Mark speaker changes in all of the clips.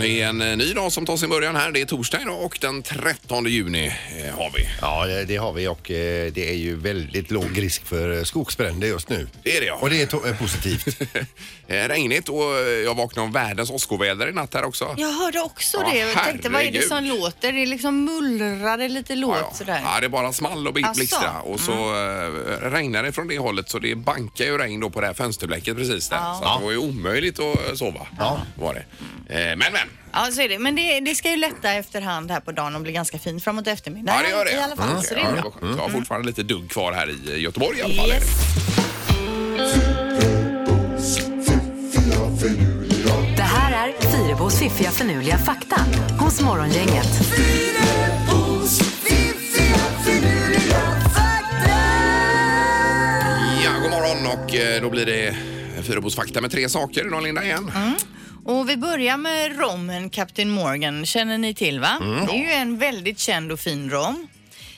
Speaker 1: Det är en eh, ny dag som tar sin början här. Det är torsdag idag och den 13 juni eh, har vi.
Speaker 2: Ja, det har vi och eh, det är ju väldigt låg risk för eh, skogsbränder just nu.
Speaker 1: Det är det ja.
Speaker 2: Och det är to- eh, positivt.
Speaker 1: Eh, Regnigt och eh, jag vaknade om världens åskoväder i natt här också.
Speaker 3: Jag hörde också
Speaker 1: Ja,
Speaker 3: det och tänkte vad är det
Speaker 1: herregud.
Speaker 3: som låter? Det liksom mullrade lite låt
Speaker 1: Ja, ja.
Speaker 3: sådär.
Speaker 1: ja, det är bara small och
Speaker 3: Asså? Mm.
Speaker 1: blixtra och så eh, regnar det från det hållet så det bankar ju regn då på det här fönsterblecket precis där. Så att det var ju omöjligt att eh, sova. Ja. Var det. Eh, Men men,
Speaker 3: Ja, så är det. Men det, det ska ju lätta efterhand här på dagen och bli ganska fint framåt eftermiddagen.
Speaker 1: ja det gör det.
Speaker 3: I alla fall,
Speaker 1: Mm.
Speaker 3: så det
Speaker 1: Ja,
Speaker 3: är
Speaker 1: det
Speaker 3: bra.
Speaker 1: var skönt. Jag har fortfarande lite dugg kvar här i eh, Göteborg i alla fall. är det.
Speaker 3: Yes.
Speaker 4: Det här är Fyrabos fiffiga förnuliga fakta hos Morgongänget.
Speaker 1: Ja, god morgon och eh, då blir det Fyrabos fakta med tre saker idag Linda igen.
Speaker 3: Mm. Och vi börjar med rommen Captain Morgan. Känner ni till va?
Speaker 1: Mm.
Speaker 3: Det är ju en väldigt känd och fin rom.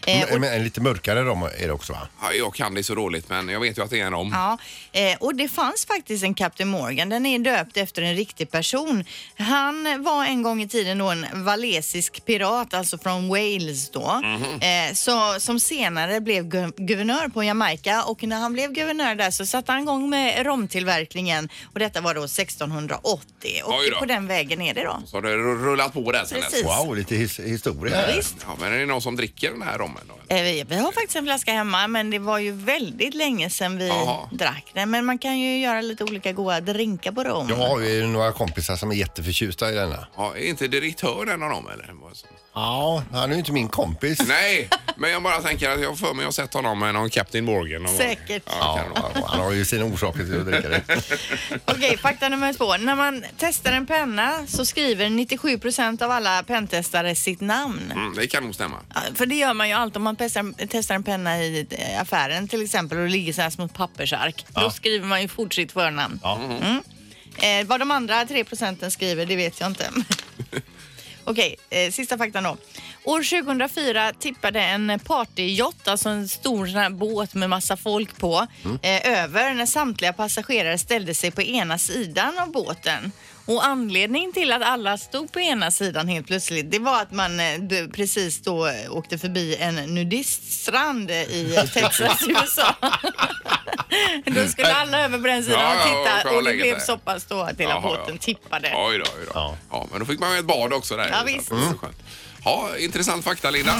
Speaker 3: Eh, och
Speaker 2: Men en lite mörkare rom är det också va?
Speaker 1: Ja, jag kan det så dåligt men jag vet ju att det är en rom.
Speaker 3: Ja, eh, och det fanns faktiskt en Captain Morgan. Den är döpt efter en riktig person. Han var en gång i tiden då en walesisk pirat, alltså från Wales då,
Speaker 1: Mhm.
Speaker 3: eh, så, som senare blev gu- guvernör på Jamaica och när han blev guvernör där så satte han igång med romtillverkningen och detta var då 1680 och
Speaker 1: Oj då.
Speaker 3: på den vägen är det då.
Speaker 1: Så har det rullat på där sen
Speaker 3: Precis.
Speaker 1: dess.
Speaker 2: Wow, lite his- historia här.
Speaker 3: Visst.
Speaker 1: Ja, men är det någon som dricker den här rommen då?
Speaker 3: Eh, Vi, vi har faktiskt en flaska hemma men det var ju väldigt länge sedan vi
Speaker 1: Jaha.
Speaker 3: drack den. Men man kan ju göra lite olika goda drinkar på rom.
Speaker 2: Jag har ju några kompisar som är jätteförtjusta i denna.
Speaker 1: Ja, är inte direktören av dem eller? Vad som-
Speaker 2: Ja, han är ju inte min kompis.
Speaker 1: Nej, men jag bara tänker att jag har för mig har sett honom med någon Captain Morgan. någon gång.
Speaker 3: Säkert.
Speaker 1: Ja,
Speaker 2: Ja,
Speaker 1: kan det vara.
Speaker 2: han har ju sina orsaker till att dricka det.
Speaker 3: Okej, fakta nummer två. När man testar en penna så skriver 97 procent av alla penntestare sitt namn.
Speaker 1: Mm, det kan nog stämma.
Speaker 3: Ja, För det gör man ju alltid om man testar, testar en penna i eh, affären till exempel och det ligger så här små pappersark. Då skriver man ju fort sitt förnamn. Mm. Eh, vad de andra tre procenten skriver, det vet jag inte. Okej, eh, sista faktan då. År 2004 tippade en partyjott, alltså en stor sån här båt med massa folk på,
Speaker 1: Mm.
Speaker 3: eh, över när samtliga passagerare ställde sig på ena sidan av båten. Och anledningen till att alla stod på ena sidan helt plötsligt, det var att man eh, d- precis då eh, åkte förbi en nudiststrand eh, i eh, Texas, USA. då skulle alla över på den sidan
Speaker 1: Ja,
Speaker 3: och
Speaker 1: ja, och
Speaker 3: titta
Speaker 1: kolla
Speaker 3: och det
Speaker 1: läget
Speaker 3: blev
Speaker 1: där.
Speaker 3: så pass då att hela
Speaker 1: Jaha, ja.
Speaker 3: båten tippade.
Speaker 1: Oj då, oj då. Ja.
Speaker 2: Ja.
Speaker 1: men då fick man ju ett bad också där.
Speaker 3: Ja, visst. Mm.
Speaker 1: Så det var skönt. Ja, intressant fakta Linda.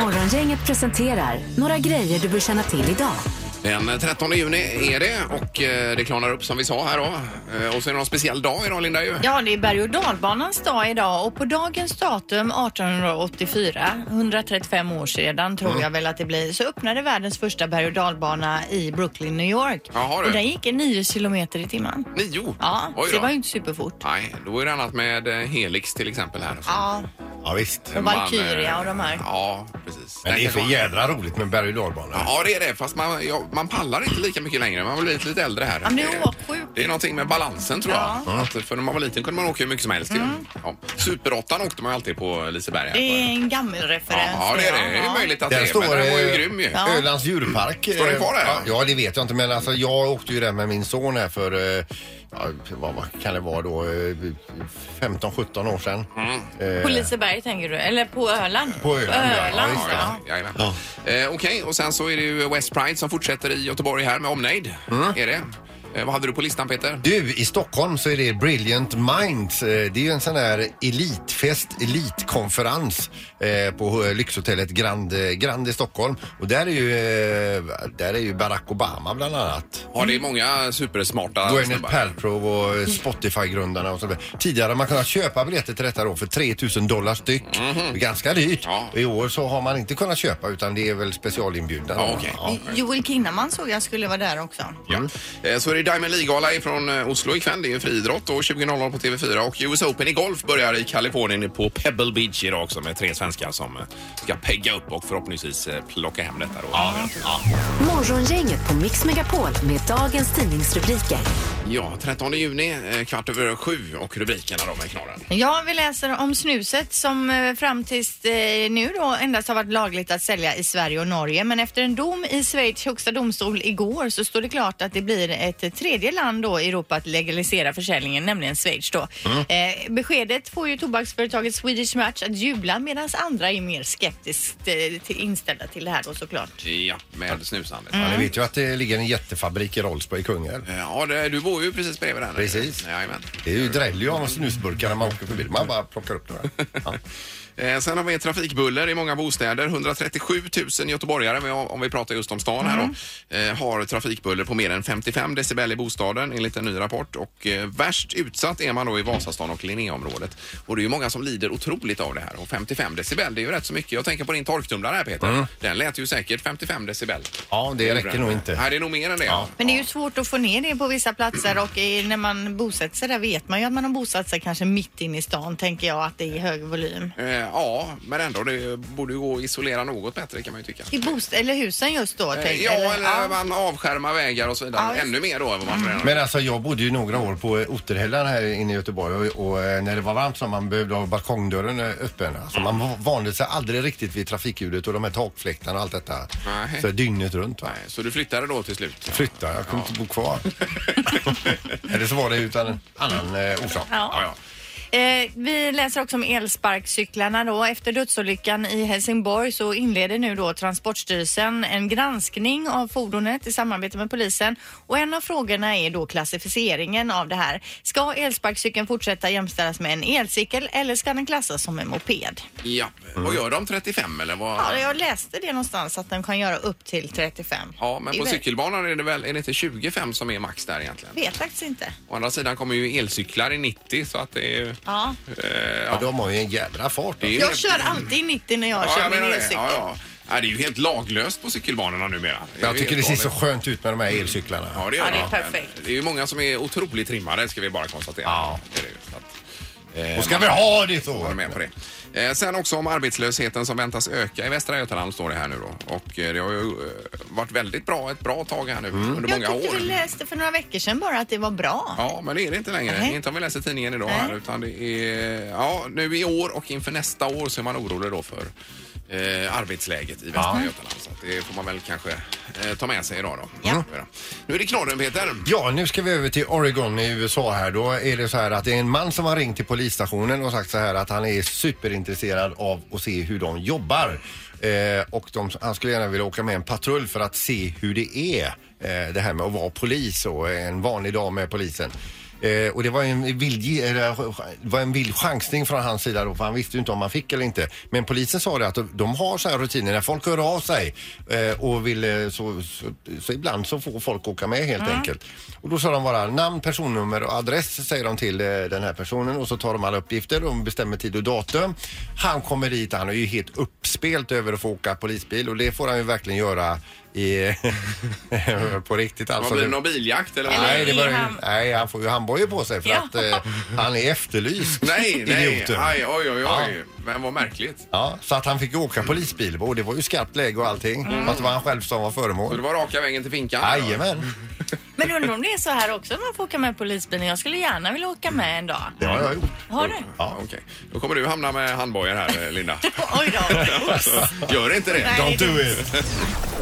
Speaker 4: Morgongänget presenterar några grejer du bör känna till idag.
Speaker 1: Den 13 juni är det och eh, det klarnar upp som vi sa här då. Eh, Och så är det någon speciell dag idag Linda ju.
Speaker 3: Ja, det är berg och dalbanans dag idag och på dagens datum 1884, 135 år sedan tror
Speaker 1: Mm.
Speaker 3: jag väl att det blir, så öppnade världens första berg och dalbana i Brooklyn, New York.
Speaker 1: Jaha, du.
Speaker 3: och den gick i 9 kilometer i timmen.
Speaker 1: Nio?
Speaker 3: Ja,
Speaker 1: Oj
Speaker 3: så
Speaker 1: då.
Speaker 3: det var ju inte superfort.
Speaker 1: Nej, då är det annat med eh, Helix till exempel här.
Speaker 3: Ja,
Speaker 2: Ja, visst.
Speaker 3: och
Speaker 1: Man,
Speaker 3: Valkyria
Speaker 1: eh,
Speaker 3: och de här.
Speaker 1: Ja, precis.
Speaker 2: Men det är
Speaker 1: Där
Speaker 2: så
Speaker 1: kanske man-
Speaker 2: jädra roligt med berg och dalbana.
Speaker 1: Ja, det är det. Fast man, ja, man pallar inte lika mycket längre. Man har blivit lite äldre här.
Speaker 3: men det är
Speaker 1: Det-
Speaker 3: åksjuk.
Speaker 1: Det är någonting med balansen tror jag.
Speaker 3: Ja. Mm.
Speaker 1: Att för när man var liten kunde man åka hur mycket som helst. ju. Ja. Superåttan åkte man ju alltid på Liseberg. här.
Speaker 3: Det är en gammal referens.
Speaker 1: Ja, det är det. Det är
Speaker 3: Ja.
Speaker 1: möjligt att det
Speaker 2: Den
Speaker 1: är. Men
Speaker 2: står...
Speaker 1: den var ju
Speaker 2: eh,
Speaker 1: grym ju.
Speaker 3: Ja.
Speaker 2: Ölands djurpark. eh,
Speaker 1: Står den kvar där?
Speaker 2: Ja, Ja, det vet jag inte. Men alltså, jag åkte ju där med min son här för eh, ja, vad, vad kan det vara då? eh, 15-17 år sedan.
Speaker 1: Mm.
Speaker 2: Eh,
Speaker 3: På Liseberg tänker du, eller på Öland?
Speaker 2: På Öland, ja. Ja,
Speaker 3: Öland,
Speaker 2: visst,
Speaker 3: ja.
Speaker 1: Ja, jajamän. Eh, Okej, och sen så är det ju West Pride som fortsätter i Göteborg här med omnejd. Är det. Eh, vad hade du på listan Peter?
Speaker 2: Du, i Stockholm så är det Brilliant Minds. Eh, Det är ju en sån här elitfest, elitkonferens eh, på eh, lyxhotellet Grand, eh, Grand i Stockholm. Och där är ju, eh, där är ju Barack Obama bland annat.
Speaker 1: Ja, det är många supersmarta
Speaker 2: Gwyneth Paltrow och eh, Spotify-grundarna och så vidare. Tidigare har man kunnat köpa biljetter till detta då för 3000 dollar styck. Det är Ganska dyrt.
Speaker 1: Mhm. Ja.
Speaker 2: I år så har man inte kunnat köpa utan det är väl specialinbjudan.
Speaker 1: Ja, okej.
Speaker 3: Joel Kinnaman såg jag skulle vara där också.
Speaker 1: Ja. Eh, Så är det Diamond League-gala från Oslo ikväll. Det är ju friidrott och 20.00 på TV4 och US Open i golf börjar i Kalifornien på Pebble Beach idag också med tre svenskar som eh, ska pegga upp och förhoppningsvis eh, plocka hem detta då. Ja.
Speaker 4: Morgongänget på Mix Megapol med dagens tidningsrubriker.
Speaker 1: Ja, 13 juni, eh, kvart över sju och rubrikerna då med knorren.
Speaker 3: Ja, vi läser om snuset som eh, fram tills eh, nu då endast har varit lagligt att sälja i Sverige och Norge. Men efter en dom i Schweiz högsta domstol igår så står det klart att det blir ett tredje land då i Europa att legalisera försäljningen, nämligen Schweiz då. Eh, beskedet får ju tobaksföretaget Swedish Match att jubla medan andra är mer skeptiskt eh, till, inställda till det här då såklart.
Speaker 1: Ja, med snusandet.
Speaker 2: Ja, ni vet ju att det ligger en jättefabrik i Rollsberg i Kungälv.
Speaker 1: Eh, Ja, det, du bor ju precis bredvid den.
Speaker 2: Precis.
Speaker 1: Jajamän.
Speaker 2: Det är ju dräller ju av snusburkar när man åker förbi. Man bara plockar upp några. Ja.
Speaker 1: Eh, Sen har vi trafikbuller i många bostäder. 137 000 göteborgare, vi- om vi pratar just om stan här då,
Speaker 2: Mm.
Speaker 1: eh, har trafikbuller på mer än 55 decibel i bostaden enligt en ny rapport. Och eh, värst utsatt är man då i Vasastan och Linnéområdet. Och det är ju många som lider otroligt av det här. Och 55 decibel, det är ju rätt så mycket. Jag tänker på din torktumlare här Peter. Den lät ju säkert 55 decibel.
Speaker 2: Mm. Ja, det räcker nog
Speaker 1: Nej,
Speaker 2: inte.
Speaker 1: det är nog mer än det. Ja.
Speaker 3: Men det är ju svårt att få ner det på vissa platser och i, när man bosätter sig där vet man ju att man har bosatt sig kanske mitt inne i stan tänker jag att det är hög volym.
Speaker 1: Eh, Ja, men ändå, det borde ju gå att isolera något bättre kan man ju tycka.
Speaker 3: I bost eller husen just då?
Speaker 1: Eh,
Speaker 3: tänk-
Speaker 1: Ja, eller
Speaker 3: ja.
Speaker 1: man avskärmar vägar och så vidare.
Speaker 3: Ja, Mm. just-
Speaker 1: Ännu mer då än vad man redan
Speaker 2: Men alltså jag bodde ju några år på eh, Otterhällan här inne i Göteborg och, och eh, när det var varmt så man behövde ha balkongdörren eh, öppen. Alltså man va- vande sig aldrig riktigt vid trafikljudet och de här takfläktarna och allt detta.
Speaker 1: Nej.
Speaker 2: Så dygnet runt. Va?
Speaker 1: Nej, så du flyttade då till slut?
Speaker 2: Flytta, jag kunde inte bo kvar. Eller så var det utan en annan eh, orsak.
Speaker 1: Ja, ja.
Speaker 3: Eh, vi läser också om elsparkcyklarna då. Efter dödsolyckan i Helsingborg så inleder nu då Transportstyrelsen en granskning av fordonet i samarbete med polisen. Och en av frågorna är då klassificeringen av det här. Ska elsparkcykeln fortsätta jämställas med en elcykel eller ska den klassas som en moped?
Speaker 1: ja.
Speaker 2: Mm.
Speaker 1: Vad gör de? 35 eller vad?
Speaker 3: Ja, jag läste det någonstans att den kan göra upp till 35.
Speaker 1: Ja, men
Speaker 3: Det är
Speaker 1: på
Speaker 3: väl-
Speaker 1: cykelbanan är det väl, är det inte 25 som är max där egentligen?
Speaker 3: Vet faktiskt inte.
Speaker 1: Å andra sidan kommer ju elcyklar i 90 så att det är ju...
Speaker 3: Ja.
Speaker 1: Eh,
Speaker 2: Ja,
Speaker 1: ja.
Speaker 2: de har ju en jävla fart. alltså.
Speaker 1: Det är ju
Speaker 3: Jag
Speaker 1: helt-
Speaker 3: kör alltid 90 när jag
Speaker 1: ja,
Speaker 3: kör
Speaker 1: jag
Speaker 3: min
Speaker 1: menar det.
Speaker 3: elcykel.
Speaker 1: Ja, ja. Nej, det är ju helt laglöst på cykelbanorna numera. Det är
Speaker 2: Jag
Speaker 1: ju
Speaker 2: tycker det
Speaker 1: helt
Speaker 2: ser så
Speaker 1: galet.
Speaker 2: skönt ut med de här elcyklarna.
Speaker 1: Ja, det,
Speaker 3: Ja,
Speaker 1: gör
Speaker 3: det är
Speaker 1: de.
Speaker 3: perfekt.
Speaker 1: Men Det är ju många som är otroligt trimmade ska vi bara konstatera.
Speaker 2: Ja.
Speaker 1: Det är det ju. Så att, eh,
Speaker 2: Och ska vi ha det
Speaker 1: vara
Speaker 2: så?
Speaker 1: med på det. Eh, sen också om arbetslösheten som väntas öka i Västra Götaland står det här nu då. Och eh, det har ju eh, varit väldigt bra ett bra tag här nu
Speaker 2: Mm.
Speaker 1: under
Speaker 3: Jag
Speaker 1: många
Speaker 3: tyckte vi
Speaker 1: år.
Speaker 3: läste för några veckor sedan bara att det var bra.
Speaker 1: Ja, men det är det inte längre.
Speaker 3: Nej.
Speaker 1: Inte om vi läser tidningen idag
Speaker 3: Nej.
Speaker 1: här, utan det är ja, nu i år och inför nästa år så är man orolig då för eh, arbetsläget i Västra Götaland. Så att det får man väl kanske eh, ta med sig idag då. Mm.
Speaker 3: Ja.
Speaker 1: Nu är det knorren Peter.
Speaker 2: Ja, nu ska vi över till Oregon i USA här. Då är det så här att det är en man som har ringt till polisstationen och sagt så här att han är superintresserad av att se hur de jobbar. Eh, och de, han skulle gärna vilja åka med en patrull för att se hur det är eh, det här med att vara polis och en vanlig dag med polisen. Eh, och det var en, vild, eller, eh, det var en vild chansning från hans sida då, för han visste ju inte om han fick eller inte. Men polisen sa det att de- de har så här rutiner när folk hör av sig eh, och vill, eh, så, så, så ibland så får folk åka med helt enkelt. Och då sa de bara namn, personnummer och adress säger de till eh, den här personen och så tar de alla uppgifter och bestämmer tid och datum. Han kommer dit, han är ju helt uppspelt över att få åka polisbil och det får han ju verkligen göra i, på riktigt alltså.
Speaker 1: Vad blir
Speaker 2: Det-
Speaker 1: det någon biljakt eller? vad?
Speaker 2: Nej, det
Speaker 3: är
Speaker 2: var,
Speaker 3: han-
Speaker 2: nej, han får ju handbojor på sig för
Speaker 3: Ja.
Speaker 2: att eh, han är efterlyst.
Speaker 1: Nej, nej.
Speaker 2: Idioten.
Speaker 1: Aj, oj, oj,
Speaker 2: Ja.
Speaker 1: oj. Men vad märkligt.
Speaker 2: Ja, så att han fick åka polisbil och det var ju skarpt läge och allting. Fast det var han själv som var
Speaker 1: Så det
Speaker 2: föremål.
Speaker 1: var raka vägen till finkan?
Speaker 2: Jajamän.
Speaker 3: Men undrar om det är så här också om man får åka med polisbilen. Jag skulle gärna vilja åka med en dag.
Speaker 2: Det har jag gjort.
Speaker 3: Har du?
Speaker 1: Mm. Ja, okej. Då kommer du hamna med handbojor här, eh, Linda.
Speaker 3: Oj då.
Speaker 1: Gör inte det.
Speaker 3: Nej, det-
Speaker 2: it.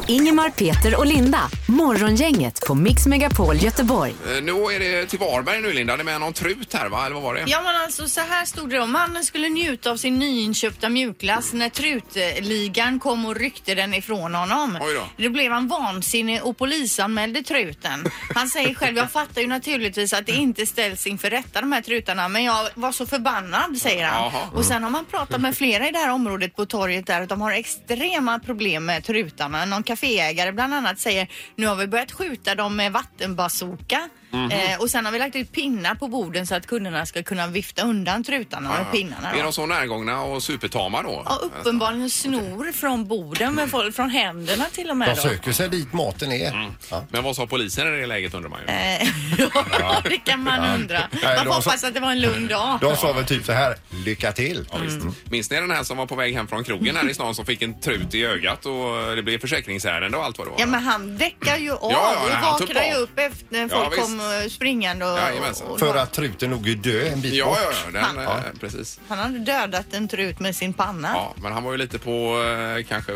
Speaker 4: Ingemar, Peter och Linda. Morgongänget på Mix Megapol Göteborg.
Speaker 1: Eh, Nu är det till Varberg nu, Linda. Det är med någon trut här, va? Eller vad var det?
Speaker 3: Ja men alltså så här stod det om mannen skulle njuta av sin nyinköpta mjukglass när trutligan kom och ryckte den ifrån honom.
Speaker 1: Oj då.
Speaker 3: Då blev han vansinnig och polisanmälde truten. Han säger själv, jag fattar ju naturligtvis att det inte ställs inför rätta de här trutarna men jag var så förbannad säger han.
Speaker 1: Jaha.
Speaker 3: Och sen har man pratat med flera i det här området på torget där att de har extrema problem med trutarna. Någon kaféägare bland annat säger nu har vi börjat skjuta dem med vattenbazooka.
Speaker 1: Mhm.
Speaker 3: Eh, och sen har vi lagt ut pinnar på borden så att kunderna ska kunna vifta undan trutarna med pinnarna.
Speaker 1: Är
Speaker 3: Då.
Speaker 1: de så närgångna och supertama då?
Speaker 3: Ja, uppenbarligen snor från borden med folk från händerna till och med.
Speaker 2: De
Speaker 3: då.
Speaker 2: söker sig dit maten
Speaker 1: Mm.
Speaker 2: är. Ja.
Speaker 1: Men vad sa polisen i det läget undrar man ju.
Speaker 3: Eh, ja, det kan man undra.
Speaker 2: Nej,
Speaker 3: Man
Speaker 2: de sa-
Speaker 3: får hoppas att det var en lugn dag.
Speaker 2: De sa väl typ så här, lycka till. Mm.
Speaker 1: Minns ni den här som var på väg hem från krogen här i stan som fick en trut i ögat och det blev försäkringsärende och allt vad det var?
Speaker 3: Ja men han däckar ju av
Speaker 1: Ja, ja,
Speaker 3: och
Speaker 1: nej, han tuppar
Speaker 3: vaknar ju
Speaker 1: av.
Speaker 3: upp efter när
Speaker 1: Ja,
Speaker 3: folk
Speaker 1: visst.
Speaker 3: kom kom eh, springande och...
Speaker 1: Jajamensan.
Speaker 3: och
Speaker 2: För att truten nog är död en bit
Speaker 1: Ja,
Speaker 2: bort.
Speaker 1: ja, ja, den,
Speaker 2: Ja.
Speaker 1: eh, precis.
Speaker 3: Han hade dödat en trut med sin panna.
Speaker 1: Ja, men han var ju lite på eh, kanske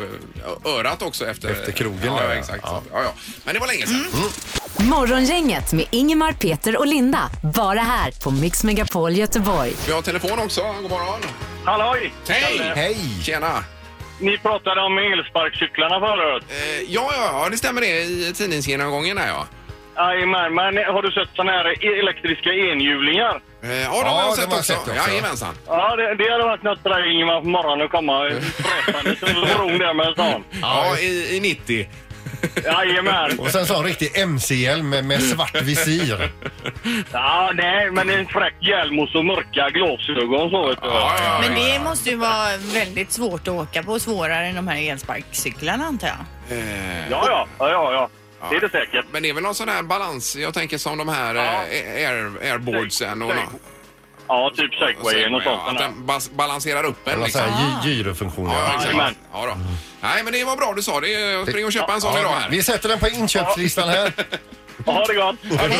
Speaker 1: örat också efter,
Speaker 2: Efter krogen
Speaker 1: Ja,
Speaker 2: där,
Speaker 1: ja
Speaker 2: ja.
Speaker 1: exakt. Ja.
Speaker 2: Ja.
Speaker 1: Ja, Men det var länge sedan.
Speaker 3: Mm.
Speaker 4: Morgongänget med Ingemar, Peter och Linda. Bara här på Mix Megapol Göteborg.
Speaker 1: Vi har telefon också. God morgon.
Speaker 5: Halloj!
Speaker 1: Hej!
Speaker 2: Hej!
Speaker 1: Tjena!
Speaker 5: Ni pratade om elsparkcyklarna förut.
Speaker 1: Eh, ja, ja, ja, det stämmer det i tidningsgenomgången här ja.
Speaker 5: Jajamän, men har du sett såna här elektriska enhjulingar?
Speaker 1: Eh, ja, de
Speaker 2: Ja,
Speaker 1: har jag
Speaker 2: de
Speaker 1: sett
Speaker 2: har
Speaker 1: också.
Speaker 2: jag sett också.
Speaker 1: Jajamensan.
Speaker 5: Ja, det, det hade varit något för dig Ingemar på morgonen att komma fräsandes över bron där med stan.
Speaker 1: Ja, i, i 90.
Speaker 5: Jajamän.
Speaker 2: Och sen så en riktig mc-hjälm med, med svart visir.
Speaker 5: Ja, nej, men en fräck hjälm och så mörka glasögon så vet du.
Speaker 1: Ja, ja, ja.
Speaker 3: Men det måste ju vara väldigt svårt att åka på, svårare än de här elsparkcyklarna antar jag.
Speaker 1: Eh,
Speaker 5: Ja, ja, ja, ja, ja. Det är det säkert.
Speaker 1: Men det är väl någon sån här balans, jag tänker som de här
Speaker 5: Ja.
Speaker 1: eh, air, airboardsen och,
Speaker 5: Säg-
Speaker 1: nå-
Speaker 5: Ja, typ segwayen och sånt.
Speaker 1: Att
Speaker 5: där.
Speaker 1: den bas, balanserar upp en
Speaker 2: Alla så
Speaker 1: liksom.
Speaker 2: här gy- gyrofunktioner.
Speaker 1: Ja, exakt.
Speaker 5: Jajamän.
Speaker 1: Ja, då. Nej, men det var bra du sa det. Jag springer och köper en sån idag här.
Speaker 2: vi sätter den på inköpslistan här.
Speaker 5: Ha det gott!
Speaker 3: Hej.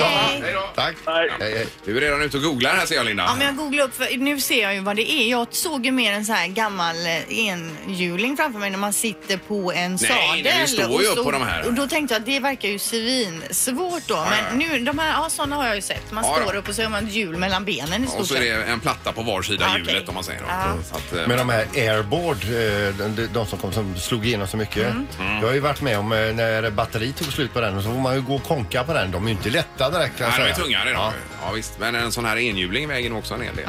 Speaker 1: Hej då.
Speaker 2: Tack.
Speaker 5: Hej.
Speaker 2: Hej, hej.
Speaker 1: Du är redan ute och googlar här ser jag Linda.
Speaker 3: Ja, men jag googlar upp, för nu ser jag ju vad det är. Jag såg ju mer en så här gammal eh, enhjuling framför mig när man sitter på en
Speaker 1: det
Speaker 3: sadel.
Speaker 1: står ju
Speaker 3: och
Speaker 1: upp på de här.
Speaker 3: Och då tänkte jag att det verkar ju svinsvårt då.
Speaker 1: ja.
Speaker 3: Men nu, de här, ja sådana har jag ju sett. Man
Speaker 1: Ja,
Speaker 3: står
Speaker 1: då.
Speaker 3: upp och så har man ett hjul mellan benen i
Speaker 1: Och
Speaker 3: stort
Speaker 1: så är
Speaker 3: sett.
Speaker 1: det en platta på var sida
Speaker 3: Ah, okej.
Speaker 1: hjulet om man säger. då.
Speaker 3: Ja.
Speaker 1: Så att, eh,
Speaker 2: Med de här airboard, eh, de, de som, kom, som slog igenom så mycket.
Speaker 1: Mm.
Speaker 2: Jag har ju varit med om eh, när batteri tog slut på den och så får man ju gå och konka på den. De är ju inte lätta direkt kan jag
Speaker 1: Nej, de är
Speaker 2: säga.
Speaker 1: tungare idag. Ja. visst. Men en sån här enhjuling väger nog också en hel del.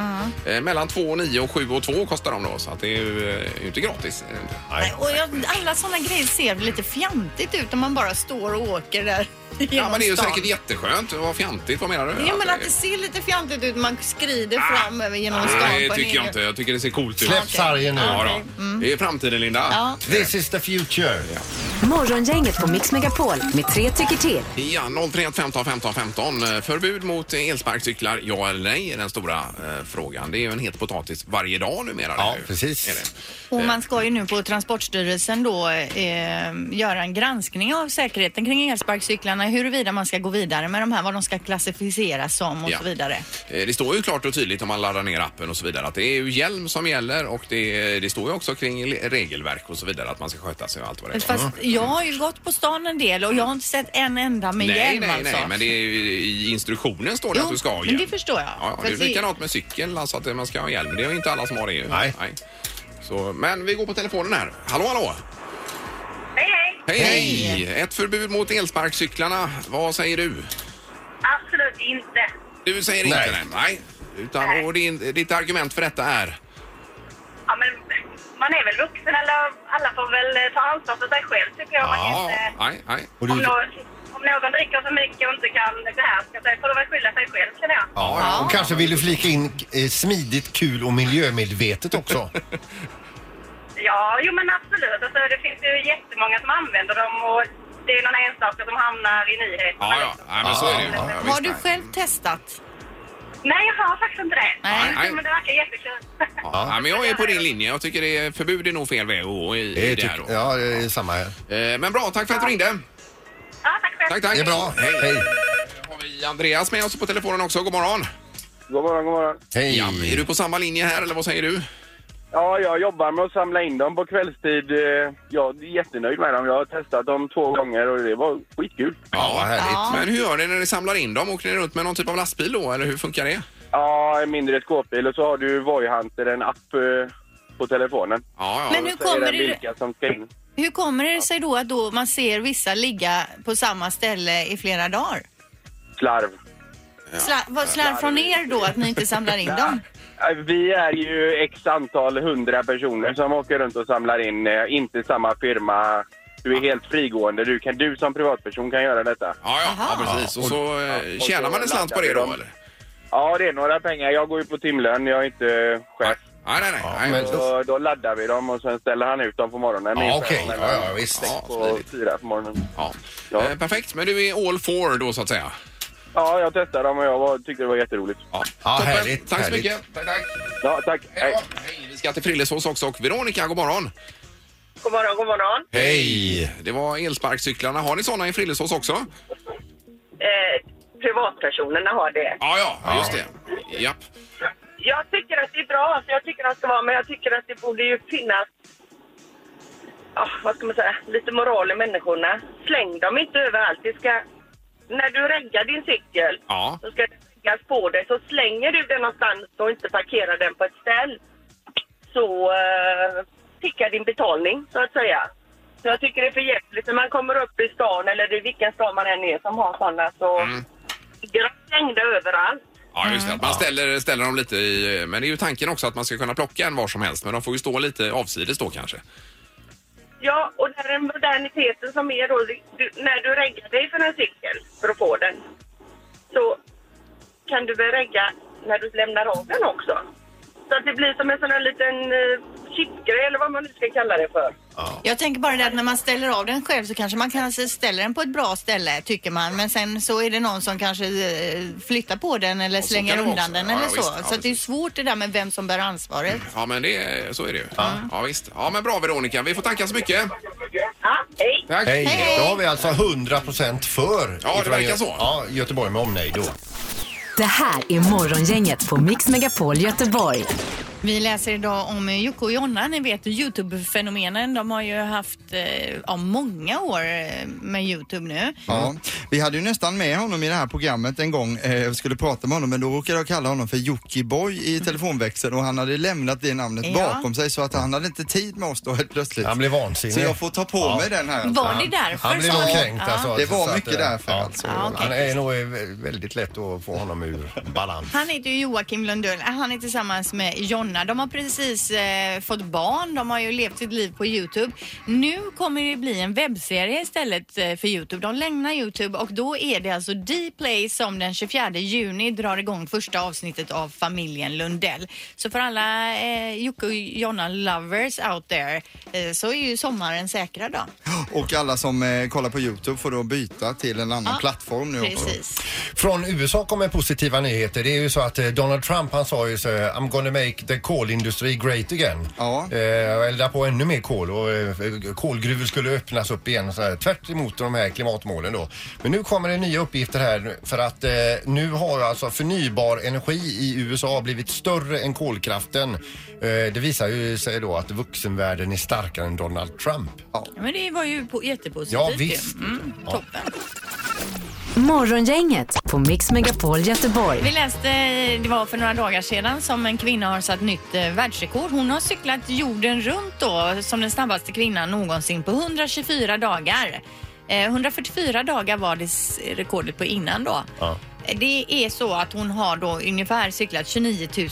Speaker 1: Eh, mellan 2 och 9 och 7 och 2 kostar de då. Så att det är ju eh, inte gratis.
Speaker 3: Nej, och jag, alla sådana grejer ser lite fjantigt ut om man bara står och åker där
Speaker 1: Ja, men det är ju
Speaker 3: genom stan.
Speaker 1: säkert jätteskönt. Vad fjantigt. Vad menar du?
Speaker 3: Jo men att det ser lite fjantigt ut. Man skrider fram över genom stan
Speaker 1: Ah. Nej,
Speaker 3: på
Speaker 1: det
Speaker 3: en
Speaker 1: tycker jag
Speaker 3: egen-
Speaker 1: inte. Jag tycker det ser coolt ut.
Speaker 2: Släpp sargen nu.
Speaker 1: Ja, då. Det är framtiden, Linda.
Speaker 3: Mm. Ja.
Speaker 2: This is the future.
Speaker 4: Morgongänget på Mix Megapol med tre tycker till.
Speaker 1: Ja, 031 15 15 15. Eh, Förbud mot eh, elsparkcyklar, ja eller nej, är den stora eh, frågan. Det är ju en het potatis varje dag numera.
Speaker 2: Ja,
Speaker 1: det är ju-
Speaker 2: precis.
Speaker 1: Är det.
Speaker 3: Och man ska ju nu på Transportstyrelsen då eh, göra en granskning av säkerheten kring elsparkcyklarna, huruvida man ska gå vidare med de här, vad de ska klassificeras som och
Speaker 1: Ja.
Speaker 3: så vidare.
Speaker 1: Eh, Det står ju klart och tydligt om man laddar ner appen och så vidare att det är ju hjälm som gäller och det, det står ju också kring le- regelverk och så vidare att man ska sköta sig och allt vad det är. Mm.
Speaker 3: Fast jag har ju gått på stan en del och jag har inte sett en enda med
Speaker 1: nej,
Speaker 3: hjälm
Speaker 1: nej,
Speaker 3: alltså.
Speaker 1: nej, men det är ju, i instruktionen står det
Speaker 3: Jo,
Speaker 1: att du ska ha
Speaker 3: men
Speaker 1: hjälm.
Speaker 3: det förstår jag.
Speaker 1: Ja, ja,
Speaker 3: För
Speaker 1: det är
Speaker 3: att det-
Speaker 1: likadant med cykel, alltså att man ska ha hjälm. Det är ju inte alla som har det ju.
Speaker 2: Nej.
Speaker 1: Så, men vi går på telefonen här. Hallå, hallå!
Speaker 6: Hej, hej!
Speaker 1: Hej, hej! Ett förbud mot elsparkcyklarna. Vad säger du?
Speaker 6: Absolut inte.
Speaker 1: Du säger
Speaker 2: Nej.
Speaker 1: inte det? Nej. Utan, och din, ditt argument för detta är?
Speaker 6: Ja, men man är väl vuxen, eller alla får väl eh, ta ansvar för sig själv tycker jag. Man kan inte,
Speaker 1: nej, nej.
Speaker 2: Och
Speaker 6: om,
Speaker 2: du,
Speaker 6: någon, om någon dricker för mycket och inte kan behärska sig får de väl skylla sig själv känner jag.
Speaker 2: ja, och kanske vill du flika in eh, smidigt, kul och miljömedvetet också.
Speaker 6: Ja, jo men absolut. Alltså, det finns ju jättemånga som använder dem och det är någon enstaka som hamnar i nyheterna.
Speaker 1: Ja, ja.
Speaker 6: liksom.
Speaker 1: Nej, men så är det ju. Ja, visst,
Speaker 3: Har du
Speaker 1: nej.
Speaker 3: själv testat?
Speaker 6: Nej, jag har faktiskt inte det.
Speaker 3: Nej.
Speaker 1: Nej.
Speaker 6: Men det verkar jättekul.
Speaker 1: Ja. Nej, men jag är på din linje. Jag tycker det är, förbud är nog fel väg att gå i, i det här.
Speaker 2: tyck-
Speaker 1: Då.
Speaker 2: ja, det är samma här.
Speaker 1: Eh, Men bra, tack för att du ringde.
Speaker 6: ja, tack själv.
Speaker 1: Tack, tack.
Speaker 2: Det är bra.
Speaker 1: Hej.
Speaker 2: Hej.
Speaker 1: Då har vi Andreas med oss på telefonen också. God morgon.
Speaker 5: God morgon, god morgon.
Speaker 2: Hej.
Speaker 1: Ja, är du på samma linje här eller vad säger du?
Speaker 5: Ja, jag jobbar med att samla in dem på kvällstid. Eh, Jag är jättenöjd med dem. Jag har testat dem två gånger och det var skitkul.
Speaker 2: Ja, vad härligt.
Speaker 3: Ja.
Speaker 1: Men hur gör ni när ni samlar in dem? Åker ni runt med någon typ av lastbil då eller hur funkar det?
Speaker 5: Ja, en mindre skåpbil och så har du Voyhunter, en app eh, på telefonen.
Speaker 1: Ja, ja.
Speaker 3: Men hur
Speaker 5: Så är
Speaker 3: kommer,
Speaker 5: det
Speaker 3: det,
Speaker 5: vilka som ska in.
Speaker 3: hur kommer det sig då att då man ser vissa ligga på samma ställe i flera dagar?
Speaker 5: Slarv.
Speaker 3: Sla, vad slarv från er då att ni inte samlar in dem?
Speaker 5: Eh, Vi är ju x antal hundra personer som åker runt och samlar in, eh, inte samma firma. Du är helt frigående. Du, kan, du som privatperson kan göra detta.
Speaker 1: Ja, ja, ja
Speaker 3: Aha.
Speaker 1: precis. Och så eh,
Speaker 5: och
Speaker 1: tjänar
Speaker 5: så
Speaker 1: man en slant på det
Speaker 5: laddar vi
Speaker 1: då
Speaker 5: dem.
Speaker 1: eller?
Speaker 5: Ja, det är några pengar. Jag går ju på timlön. Jag är inte
Speaker 1: Nej,
Speaker 5: chef.
Speaker 1: nej, nej. nej.
Speaker 2: men-
Speaker 5: Så då laddar vi dem och sen ställer han ut dem på morgonen.
Speaker 2: Ja,
Speaker 5: Min
Speaker 2: okej.
Speaker 5: chef
Speaker 2: Ja, ja, visst.
Speaker 1: Ja,
Speaker 5: På
Speaker 1: smidigt.
Speaker 5: fyra på morgonen.
Speaker 1: ja.
Speaker 5: Ja.
Speaker 1: Eh, perfekt, men du är all four då så att säga.
Speaker 5: Ja, jag testade dem och jag var, tyckte det var jätteroligt.
Speaker 1: Ja,
Speaker 2: Ja,
Speaker 1: Toppen.
Speaker 2: härligt,
Speaker 1: Tack så
Speaker 2: härligt.
Speaker 1: mycket. Tack, tack.
Speaker 5: Ja, tack.
Speaker 1: Hej. då. Hej. Vi ska till Frillesås också och Veronica, god morgon.
Speaker 6: God morgon, god morgon.
Speaker 2: Hej.
Speaker 1: Det var elsparkcyklarna. Har ni sådana i Frillesås också?
Speaker 6: Eh, privatpersonerna har det.
Speaker 1: Ja, ja, ja, just det. Japp.
Speaker 6: Jag tycker att det är bra, för jag tycker att det ska vara, men jag tycker att det borde ju finnas ja, vad ska man säga, lite moral i människorna. Släng dem inte överallt. Det ska, när du reggar din cykel
Speaker 1: Ja.
Speaker 6: så ska det reggas på dig. Så slänger du den någonstans och inte parkerar den på ett ställ så eh, tickar din betalning, så att säga. Så jag tycker det är för jävligt när man kommer upp i stan eller i vilken stad man än är som har sådana så ligger de slängda överallt.
Speaker 1: Ja, just det. Man ställer, ställer dem lite i... Men det är ju tanken också att man ska kunna plocka en var som helst. Men de får ju stå lite avsides då kanske.
Speaker 6: Ja, och där är moderniteten som är då, du, när du reggar dig för en cykel för att få den, så kan du väl regga när du lämnar av den också. Så att det blir som en sån här liten eh, chipgrej eller vad man nu ska kalla det för.
Speaker 3: Jag tänker bara det att när man ställer av den själv så kanske man kanske ställer den på ett bra ställe tycker man. Men sen så är det någon som kanske eh, flyttar på den eller
Speaker 1: så
Speaker 3: slänger
Speaker 1: kan det vara
Speaker 3: undan
Speaker 1: också.
Speaker 3: den
Speaker 1: Ja,
Speaker 3: eller
Speaker 1: ja,
Speaker 3: så.
Speaker 1: visst. Ja,
Speaker 3: så att det är
Speaker 1: precis.
Speaker 3: svårt det där med vem som bär ansvaret.
Speaker 1: Ja, men det, så är det ju. Ja, visst. Ja, men bra Veronica. Vi får tacka så mycket.
Speaker 6: Ja, hej!
Speaker 1: Tack.
Speaker 2: Hej.
Speaker 3: Hej.
Speaker 2: Då har vi alltså 100% för.
Speaker 1: Ja, det
Speaker 2: ifrån
Speaker 1: verkar
Speaker 2: Gö-
Speaker 1: så.
Speaker 2: Ja, Göteborg med omnejd då.
Speaker 4: Det här är Morgongänget på Mix Megapol Göteborg.
Speaker 3: Vi läser idag om Jocke och Jonna, ni vet Youtube-fenomenen. De har ju haft eh, ja, många år eh, med Youtube nu.
Speaker 7: Ja. Vi hade ju nästan med honom i det här programmet en gång eh, och skulle prata med honom men då råkade jag kalla honom för Jockiboi i telefonväxeln och han hade lämnat det namnet
Speaker 3: Mm. Ja.
Speaker 7: bakom sig så att han hade inte tid med oss då helt plötsligt.
Speaker 2: Han blev vansinnig.
Speaker 7: Så jag får ta på
Speaker 2: Ja.
Speaker 7: mig den här.
Speaker 3: Var det därför?
Speaker 2: Han blev
Speaker 3: som-
Speaker 2: nog kränkt
Speaker 3: Ja.
Speaker 2: alltså.
Speaker 7: Det var
Speaker 2: Så att,
Speaker 7: mycket
Speaker 2: eh,
Speaker 7: därför, alltså.
Speaker 3: Ja, okej.
Speaker 2: Han är nog eh, väldigt lätt att få honom ur balans.
Speaker 3: Han heter ju Joakim Lundell. Han är tillsammans med Jonna. De har precis eh, fått barn. De har ju levt sitt liv på Youtube. Nu kommer det bli en webbserie istället eh, för Youtube. De lämnar Youtube och då är det alltså Dplay som den 24 juni drar igång första avsnittet av familjen Lundell. Så för alla eh, Jocke och Jonna-lovers out there eh, så är ju sommaren säkrad då.
Speaker 7: Och alla som eh, kollar på Youtube får då byta till en annan
Speaker 3: Ja,
Speaker 7: plattform nu också.
Speaker 3: Precis.
Speaker 2: Från USA kommer positiva nyheter. Det är ju så att eh, Donald Trump han sa ju så här, I'm gonna make the coal industry great again.
Speaker 7: Ja.
Speaker 2: Eh, och elda på ännu mer kol och eh, kolgruvor skulle öppnas upp igen. och Så här, tvärt emot de här klimatmålen då. Men nu kommer det nya uppgifter här för att eh, nu har alltså förnybar energi i USA blivit större än kolkraften. Eh, det visar ju sig då att vuxenvärlden är starkare än Donald Trump.
Speaker 3: Ja, Men det var ju po- jättepositivt.
Speaker 2: Ja,
Speaker 3: ju.
Speaker 2: visst.
Speaker 3: Mm,
Speaker 2: Ja.
Speaker 3: Toppen.
Speaker 4: Morgongänget på Mix Megapol Göteborg.
Speaker 3: Vi läste, det var för några dagar sedan, som en kvinna har satt nytt eh, världsrekord. Hon har cyklat jorden runt då som den snabbaste kvinnan någonsin på 124 dagar. Eh, 144 dagar var det s- rekordet på innan då.
Speaker 2: Ja.
Speaker 3: Eh, Det är så att hon har då ungefär cyklat 29 000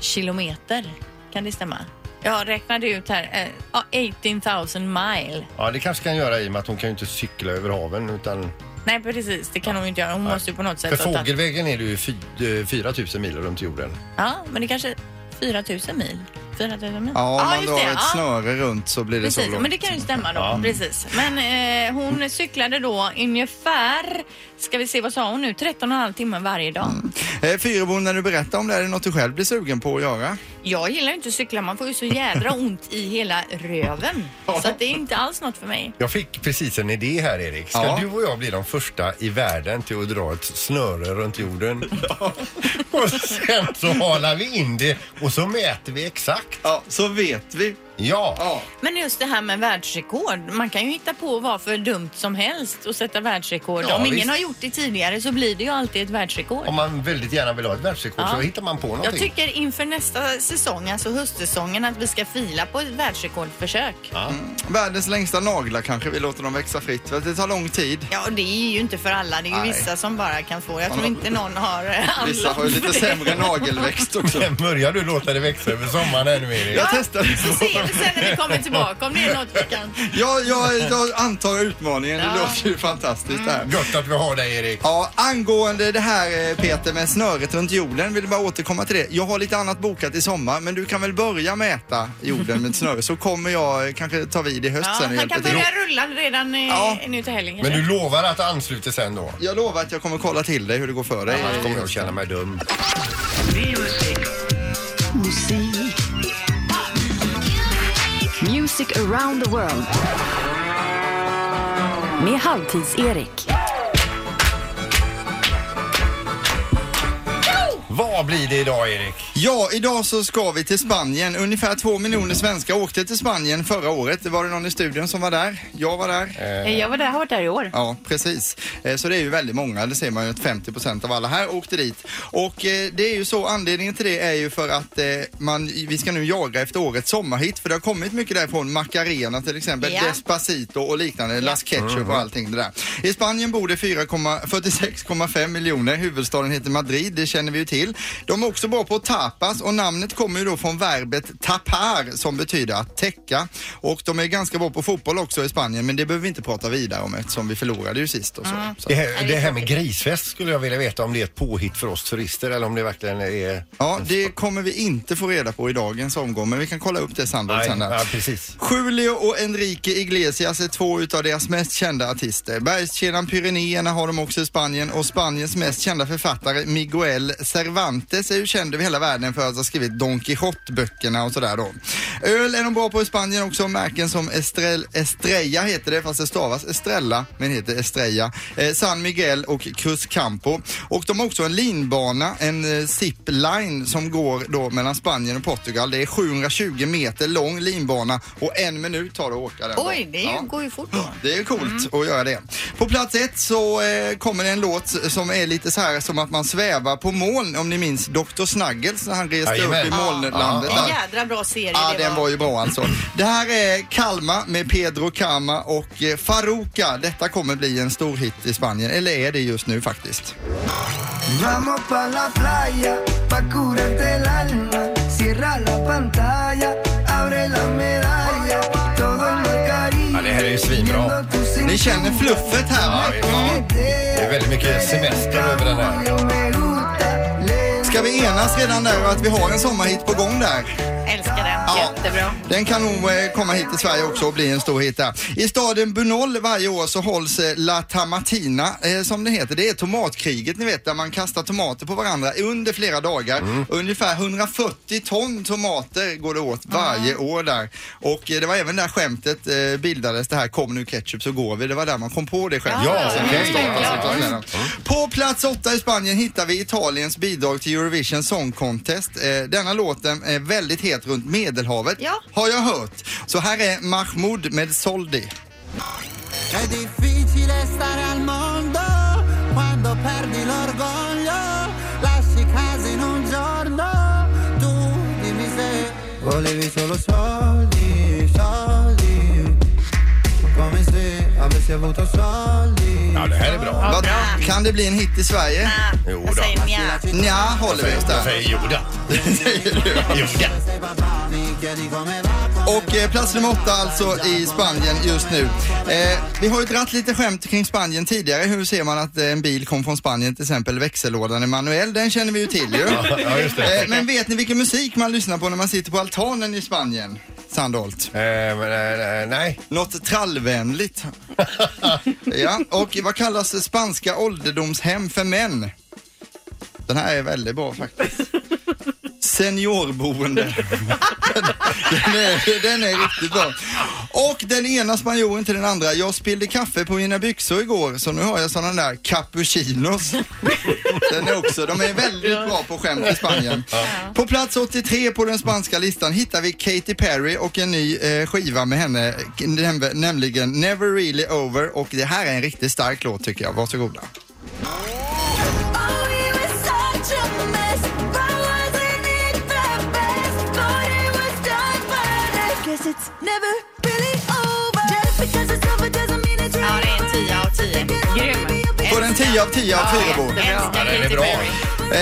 Speaker 3: kilometer. Kan det stämma? Jag räknade ut här, eh, ja, 18 000 mile.
Speaker 2: Ja, det kanske kan göra i och med att hon kan ju inte cykla över haven utan
Speaker 3: Nej precis, det kan hon ju inte göra. Hon måste ju på något sätt
Speaker 2: För
Speaker 3: ha tagit-
Speaker 2: fågelvägen är det ju fy- eh, 4000 mil runt jorden.
Speaker 3: Ja, men det kanske 4 000 mil. 4 000 mil.
Speaker 7: Ja, om man
Speaker 3: just
Speaker 7: drar
Speaker 3: det,
Speaker 7: ett snöre runt så blir det
Speaker 3: Precis,
Speaker 7: så långt.
Speaker 3: men det kan ju stämma då. Precis. Men eh,
Speaker 2: Mm.
Speaker 3: hon cyklade då ungefär, ska vi se vad sa hon nu, 13 och en halv timme varje dag.
Speaker 2: Mm.
Speaker 7: Eh, Fyrebo, när du berättar om det, är det något du själv blir sugen på att göra?
Speaker 3: Jag gillar ju inte att cykla, man får ju så jädra ont i hela röven. Så att det är inte alls något för mig.
Speaker 2: Jag fick precis en idé här Erik. Ska
Speaker 7: Ja.
Speaker 2: du och jag bli de första i världen till att dra ett snöre runt jorden? och sen så halar vi in det och så mäter vi exakt.
Speaker 7: Ja, så vet vi.
Speaker 2: Ja.
Speaker 7: Ja.
Speaker 3: Men just det här med världsrekord, man kan ju hitta på vad för dumt som helst och sätta världsrekord.
Speaker 2: Ja,
Speaker 3: Om ingen
Speaker 2: visst.
Speaker 3: har gjort det tidigare så blir det ju alltid ett världsrekord.
Speaker 2: Om man väldigt gärna vill ha ett världsrekord
Speaker 3: Ja.
Speaker 2: så hittar man på någonting.
Speaker 3: Jag tycker inför nästa säsong, alltså höstsäsongen, att vi ska fila på ett världsrekordförsök. Ja.
Speaker 7: Världens längsta naglar kanske vi låter dem växa fritt för att det tar lång tid.
Speaker 3: och det är ju inte för alla. Det är ju
Speaker 7: Nej.
Speaker 3: vissa som bara kan få. Jag tror
Speaker 7: Ja.
Speaker 3: inte någon har eh,
Speaker 7: Vissa har ju
Speaker 3: anlag
Speaker 7: lite
Speaker 3: för det.
Speaker 7: sämre nagelväxt också.
Speaker 2: Sen börjar du låta det växa över sommaren här nu Erik.
Speaker 7: Jag testar.
Speaker 3: Så ser vi sen när vi kommer tillbaka om det är något vi kan.
Speaker 7: Jag, jag, jag antar utmaningen, det
Speaker 3: Ja. Mm.
Speaker 7: låter ju fantastiskt det här.
Speaker 2: Gött att vi har dig Erik.
Speaker 7: Ja, angående det här eh, Peter med snöret runt jorden vill jag bara återkomma till det. Jag har lite annat bokat i sommar men du kan väl börja mäta jorden med snöre så kommer jag eh, kanske ta vid i höst
Speaker 3: Ja,
Speaker 7: sen och
Speaker 3: han
Speaker 7: hjälpa
Speaker 3: kan
Speaker 7: till.
Speaker 3: börja rulla redan eh,
Speaker 7: Ja.
Speaker 3: nu till helgen.
Speaker 2: Men du lovar att ansluta sen då?
Speaker 7: Jag lovar att jag kommer kolla till dig hur det går för dig.
Speaker 2: Annars kommer jag känna mig dum.
Speaker 4: Music around the world. Med Halvtids-Erik.
Speaker 2: Vad blir det idag Erik?
Speaker 7: Ja, idag så ska vi till Spanien. Ungefär två miljoner svenskar åkte till Spanien förra året. Var det någon i studion som var där? Jag var där.
Speaker 3: Eh.
Speaker 8: Jag var där, har varit där i år.
Speaker 7: Ja, precis. Eh, Så det är ju väldigt många. Det ser man ju att 50 procent av alla här åkte dit. Och eh, det är ju så, anledningen till det är ju för att eh, man, vi ska nu jaga efter årets sommarhit. För det har kommit mycket därifrån. Macarena till exempel,
Speaker 3: Ja.
Speaker 7: Despacito och liknande. Las Ketchup och allting det där. I Spanien bor det 4,- 46,5 miljoner. Huvudstaden heter Madrid, det känner vi ju till. De är också bra på tapas och namnet kommer ju då från verbet tapar som betyder att täcka. Och de är ganska bra på fotboll också i Spanien men det behöver vi inte prata vidare om eftersom vi förlorade ju sist och så. så.
Speaker 2: Det här, det här med grisfest skulle jag vilja veta om det är ett påhitt för oss turister eller om det verkligen är...
Speaker 7: Ja, det kommer vi inte få reda på i dagens omgång men vi kan kolla upp det Sandholt sen. där.
Speaker 2: ja, precis.
Speaker 7: Julio och Enrique Iglesias är två utav deras mest kända artister. Bergskedjan Pyrenéerna har de också i Spanien och Spaniens mest kända författare Miguel Cervantes är ju känd över hela världen för att ha skrivit Don Quijote-böckerna och sådär då. Öl är de bra på i Spanien också, märken som Estrell, Estrella heter det fast det stavas Estrella men heter Estrella. Eh, San Miguel och Cruz Campo. Och de har också en linbana, en eh, zip line som går då mellan Spanien och Portugal. Det är 720 meter lång linbana och en minut tar det att åka den. då.
Speaker 3: Oj, det är ju, Mm.
Speaker 7: Ja.
Speaker 3: går ju fort då.
Speaker 7: Det är coolt att göra det. På plats ett så eh, kommer det en låt som är lite så här som att man svävar på moln om ni minns Dr. Snuggles när han reste
Speaker 2: Jajamän.
Speaker 7: upp i
Speaker 2: Ja.
Speaker 7: molnlandet.
Speaker 3: En
Speaker 7: där.
Speaker 3: jädra bra serie
Speaker 7: Ja,
Speaker 3: det
Speaker 7: den var ju bra alltså. Det här är Kalma med Pedro Kama och eh, Faruka. Detta kommer bli en stor hit i Spanien, eller är det just nu faktiskt.
Speaker 9: Vamos pa la playa, pa curarte el alma. Cierra la pantalla, abre la medalla. Todo en Macarena.
Speaker 2: Ja, det här är ju svinbra.
Speaker 7: Ni känner fluffet här.
Speaker 2: Det är väldigt mycket semester över den här.
Speaker 7: Ska vi enas redan där och att vi har en sommarhit på gång där?
Speaker 3: Älskar den.
Speaker 7: Ja.
Speaker 8: Jättebra.
Speaker 7: Den kan nog eh, komma hit till Sverige också och bli en stor hit där. I staden Bunol varje år så hålls eh, La Tamatina eh, som det heter. Det är tomatkriget ni vet där man kastar tomater på varandra under flera dagar.
Speaker 2: Mm.
Speaker 7: Ungefär 140 ton tomater går det åt varje år där. Och eh, det var även där skämtet eh, bildades det här kom nu ketchup så går vi. Det var där man kom på det skämtet.
Speaker 2: Ja,
Speaker 7: Sen
Speaker 2: okej.
Speaker 7: kom det alltså ta med dem. På plats åtta i Spanien hittar vi Italiens bidrag till Eurovision Song Contest. Eh, Denna låten är väldigt het runt Medelhavet,
Speaker 3: Ja.
Speaker 7: har jag hört. Så här är Mahmoud med Soldi.
Speaker 9: È difficile stare al mondo quando perdi l'orgoglio. Lasci casa in un giorno, tu dimmi se volevi solo soldi, soldi. Come se avessi avuto soldi.
Speaker 1: Ja, det här är bra.
Speaker 7: Vad- Kan det bli en hit i Sverige?
Speaker 2: Jo
Speaker 3: Jag
Speaker 2: då.
Speaker 3: säger nja.
Speaker 7: Nja, håller vi oss
Speaker 2: Jag
Speaker 7: där.
Speaker 2: säger Joda. Joda.
Speaker 7: Och eh, plats nummer åtta alltså i Spanien just nu. Eh, vi har ju dratt lite skämt kring Spanien tidigare. Hur ser man att eh, en bil kom från Spanien, till exempel växellådan i manuell? Den känner vi ju till ju.
Speaker 2: Ja, just det.
Speaker 7: Eh, Men vet ni vilken musik man lyssnar på när man sitter på altanen i Spanien? Sandholt.
Speaker 2: Eh, men, eh, nej.
Speaker 7: Något trallvänligt. ja, och vad kallas spanska ålderdomshem för män? Den här är väldigt bra faktiskt. Seniorboende. Den är, den är riktigt bra. Och den ena spanjoren till den andra. Jag spillde kaffe på mina byxor igår så nu har jag sådana där cappuccinos. Den är också, de är väldigt bra på skämt i Spanien. På plats 83 på den spanska listan hittar vi Katy Perry och en ny eh, skiva med henne, näm- nämligen Never Really Over och det här är en riktigt stark låt tycker jag. Varsågoda.
Speaker 3: Ja, det är en 10 av 10.
Speaker 8: Grym.
Speaker 7: På den 10 av 10 av Fyrebo.
Speaker 1: Ja,
Speaker 3: Älskar
Speaker 1: det är
Speaker 3: Katy
Speaker 1: bra.
Speaker 3: Perry.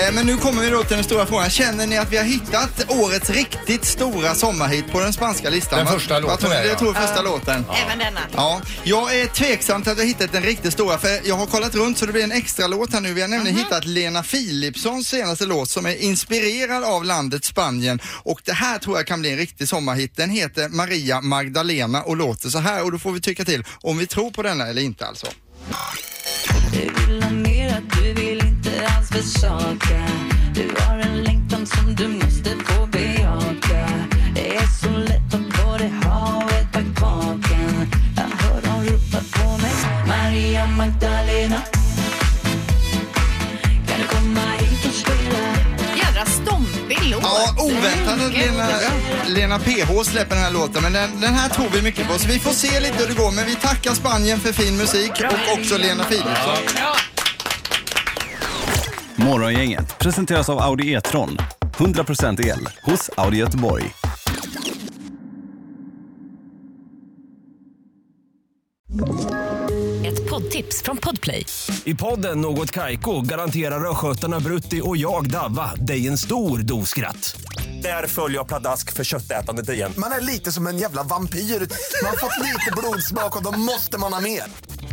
Speaker 7: Eh, Men nu kommer vi då till den stora frågan. Känner ni att vi har hittat årets riktigt stora sommarhit på den spanska listan?
Speaker 2: Den
Speaker 7: Vad-
Speaker 2: första
Speaker 7: vad
Speaker 2: låten
Speaker 7: tror ni?
Speaker 2: är, ja.
Speaker 7: Jag tror första låten.
Speaker 3: Även denna.
Speaker 7: Ja, jag är tveksam till att jag hittat den riktigt stora för jag har kollat runt så det blir en extra låt här nu. Vi har nämligen hittat Lena Philipssons senaste låt som är inspirerad av landet Spanien och det här tror jag kan bli en riktig sommarhit. Den heter Maria Magdalena och låter så här och då får vi tycka till om vi tror på denna eller inte alltså.
Speaker 10: Du vill ha mer, att du vill inte alls försaka Du har en längtan som du måste få bejaka Det är så lätt att både ha och äta kakan Jag hör dem ropa på mig, Maria Magdalena Kan du komma hit och spela?
Speaker 3: Jädra
Speaker 7: oväntat att Lena, Lena PH släpper den här låten, men den, den här tror vi mycket på. Så vi får se lite hur det går, men vi tackar Spanien för fin musik och också Lena Philipsson.
Speaker 11: Morgongänget presenteras av Audi E-tron. 100% el hos Audi Göteborg.
Speaker 4: Ett poddtips från Podplay.
Speaker 12: I podden Något Kaiko garanterar östgötarna Brutti och jag, Davva, dig en stor dos skratt. Där följer jag pladask för köttätandet igen.
Speaker 13: Man är lite som en jävla vampyr. Man har fått lite blodsmak och då måste man ha mer.